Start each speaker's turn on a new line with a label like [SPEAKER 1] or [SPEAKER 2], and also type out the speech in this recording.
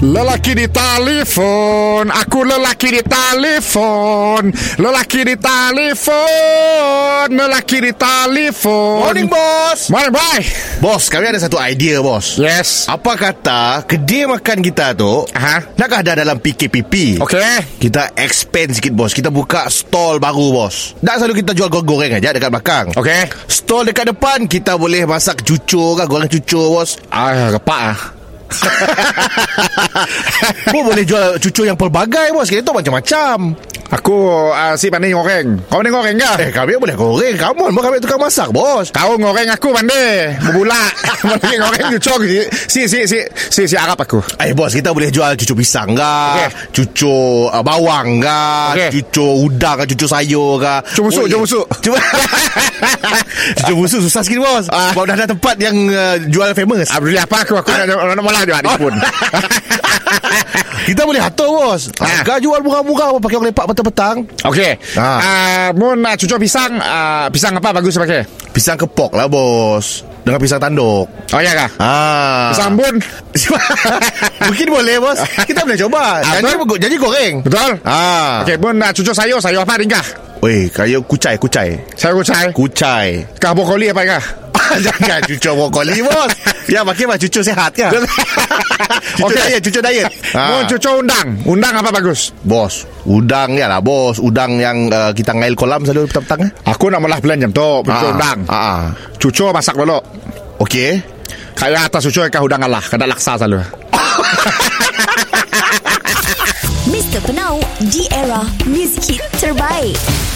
[SPEAKER 1] Lelaki di telefon Aku lelaki di telefon Lelaki di telefon Lelaki di telefon
[SPEAKER 2] Morning bos
[SPEAKER 1] Morning boy
[SPEAKER 2] Bos kami ada satu idea bos
[SPEAKER 1] Yes
[SPEAKER 2] Apa kata kedai makan kita tu
[SPEAKER 1] Aha.
[SPEAKER 2] Nakkah dah dalam PKPP
[SPEAKER 1] Okay
[SPEAKER 2] Kita expand sikit bos Kita buka stall baru bos Tak selalu kita jual goreng-goreng aja dekat belakang
[SPEAKER 1] Okay
[SPEAKER 2] Stall dekat depan Kita boleh masak cucur kan Goreng cucur bos
[SPEAKER 1] Ah, kepak ah.
[SPEAKER 2] Bos boleh jual cucur yang pelbagai bos Kita tahu macam-macam
[SPEAKER 1] Aku uh, si pandai goreng Kau pandai goreng ke?
[SPEAKER 2] Eh kami boleh goreng Come on bos kami tukang masak bos
[SPEAKER 1] Kau goreng aku pandai Berbulak Lelaki goreng cucuk Si si si Si si Arab aku
[SPEAKER 2] Eh bos kita boleh jual cucur pisang ke
[SPEAKER 1] Okey.
[SPEAKER 2] Cucur uh, bawang ke
[SPEAKER 1] Okey.
[SPEAKER 2] Cucur udang ke Cucur sayur Oh, ke
[SPEAKER 1] Cucur busuk,
[SPEAKER 2] Boleh.
[SPEAKER 1] cucur busuk.
[SPEAKER 2] Cucur- Cucur busuk susah sikit bos
[SPEAKER 1] Ah.
[SPEAKER 2] Sebab dah ada tempat yang uh, jual famous
[SPEAKER 1] Abdullah Ah, apa aku Aku nak nak malah dia Dia pun
[SPEAKER 2] Kita boleh atur bos
[SPEAKER 1] Ah.
[SPEAKER 2] Harga jual murah-murah bos Pakai orang lepak petang-petang
[SPEAKER 1] Okey.
[SPEAKER 2] Ha.
[SPEAKER 1] Ah, mun nak cucuk pisang, ah, pisang apa bagus pakai?
[SPEAKER 2] Pisang kepok lah bos Dengan pisang tanduk
[SPEAKER 1] Oh ya kah?
[SPEAKER 2] Ah.
[SPEAKER 1] Pisang bun.
[SPEAKER 2] Mungkin boleh bos Kita boleh coba
[SPEAKER 1] Apa?
[SPEAKER 2] Janji, janji goreng
[SPEAKER 1] Betul?
[SPEAKER 2] Ah.
[SPEAKER 1] Okey, mun nak cucuk sayur, sayur apa ringkah?
[SPEAKER 2] Weh kayu kucai kucai
[SPEAKER 1] Sayur kucai.
[SPEAKER 2] Kucai
[SPEAKER 1] Kah brokoli apa ringkah?
[SPEAKER 2] Jangan cucur brokoli bos Ya makin mah cucur sehat kan Cucur
[SPEAKER 1] Okey.
[SPEAKER 2] diet Cucur diet
[SPEAKER 1] Mun cucuk undang, undang apa bagus?
[SPEAKER 2] Bos Udang ya lah bos Udang yang uh, kita ngail kolam selalu petang-petang eh?
[SPEAKER 1] Aku nak malah plan jam tu, cucuk undang.
[SPEAKER 2] ah.
[SPEAKER 1] Cucuk masak dulu.
[SPEAKER 2] Okey
[SPEAKER 1] Kaya atas cucuk kah udang Allah, kena laksa selalu.
[SPEAKER 3] Mr. Penau, di era music hit terbaik.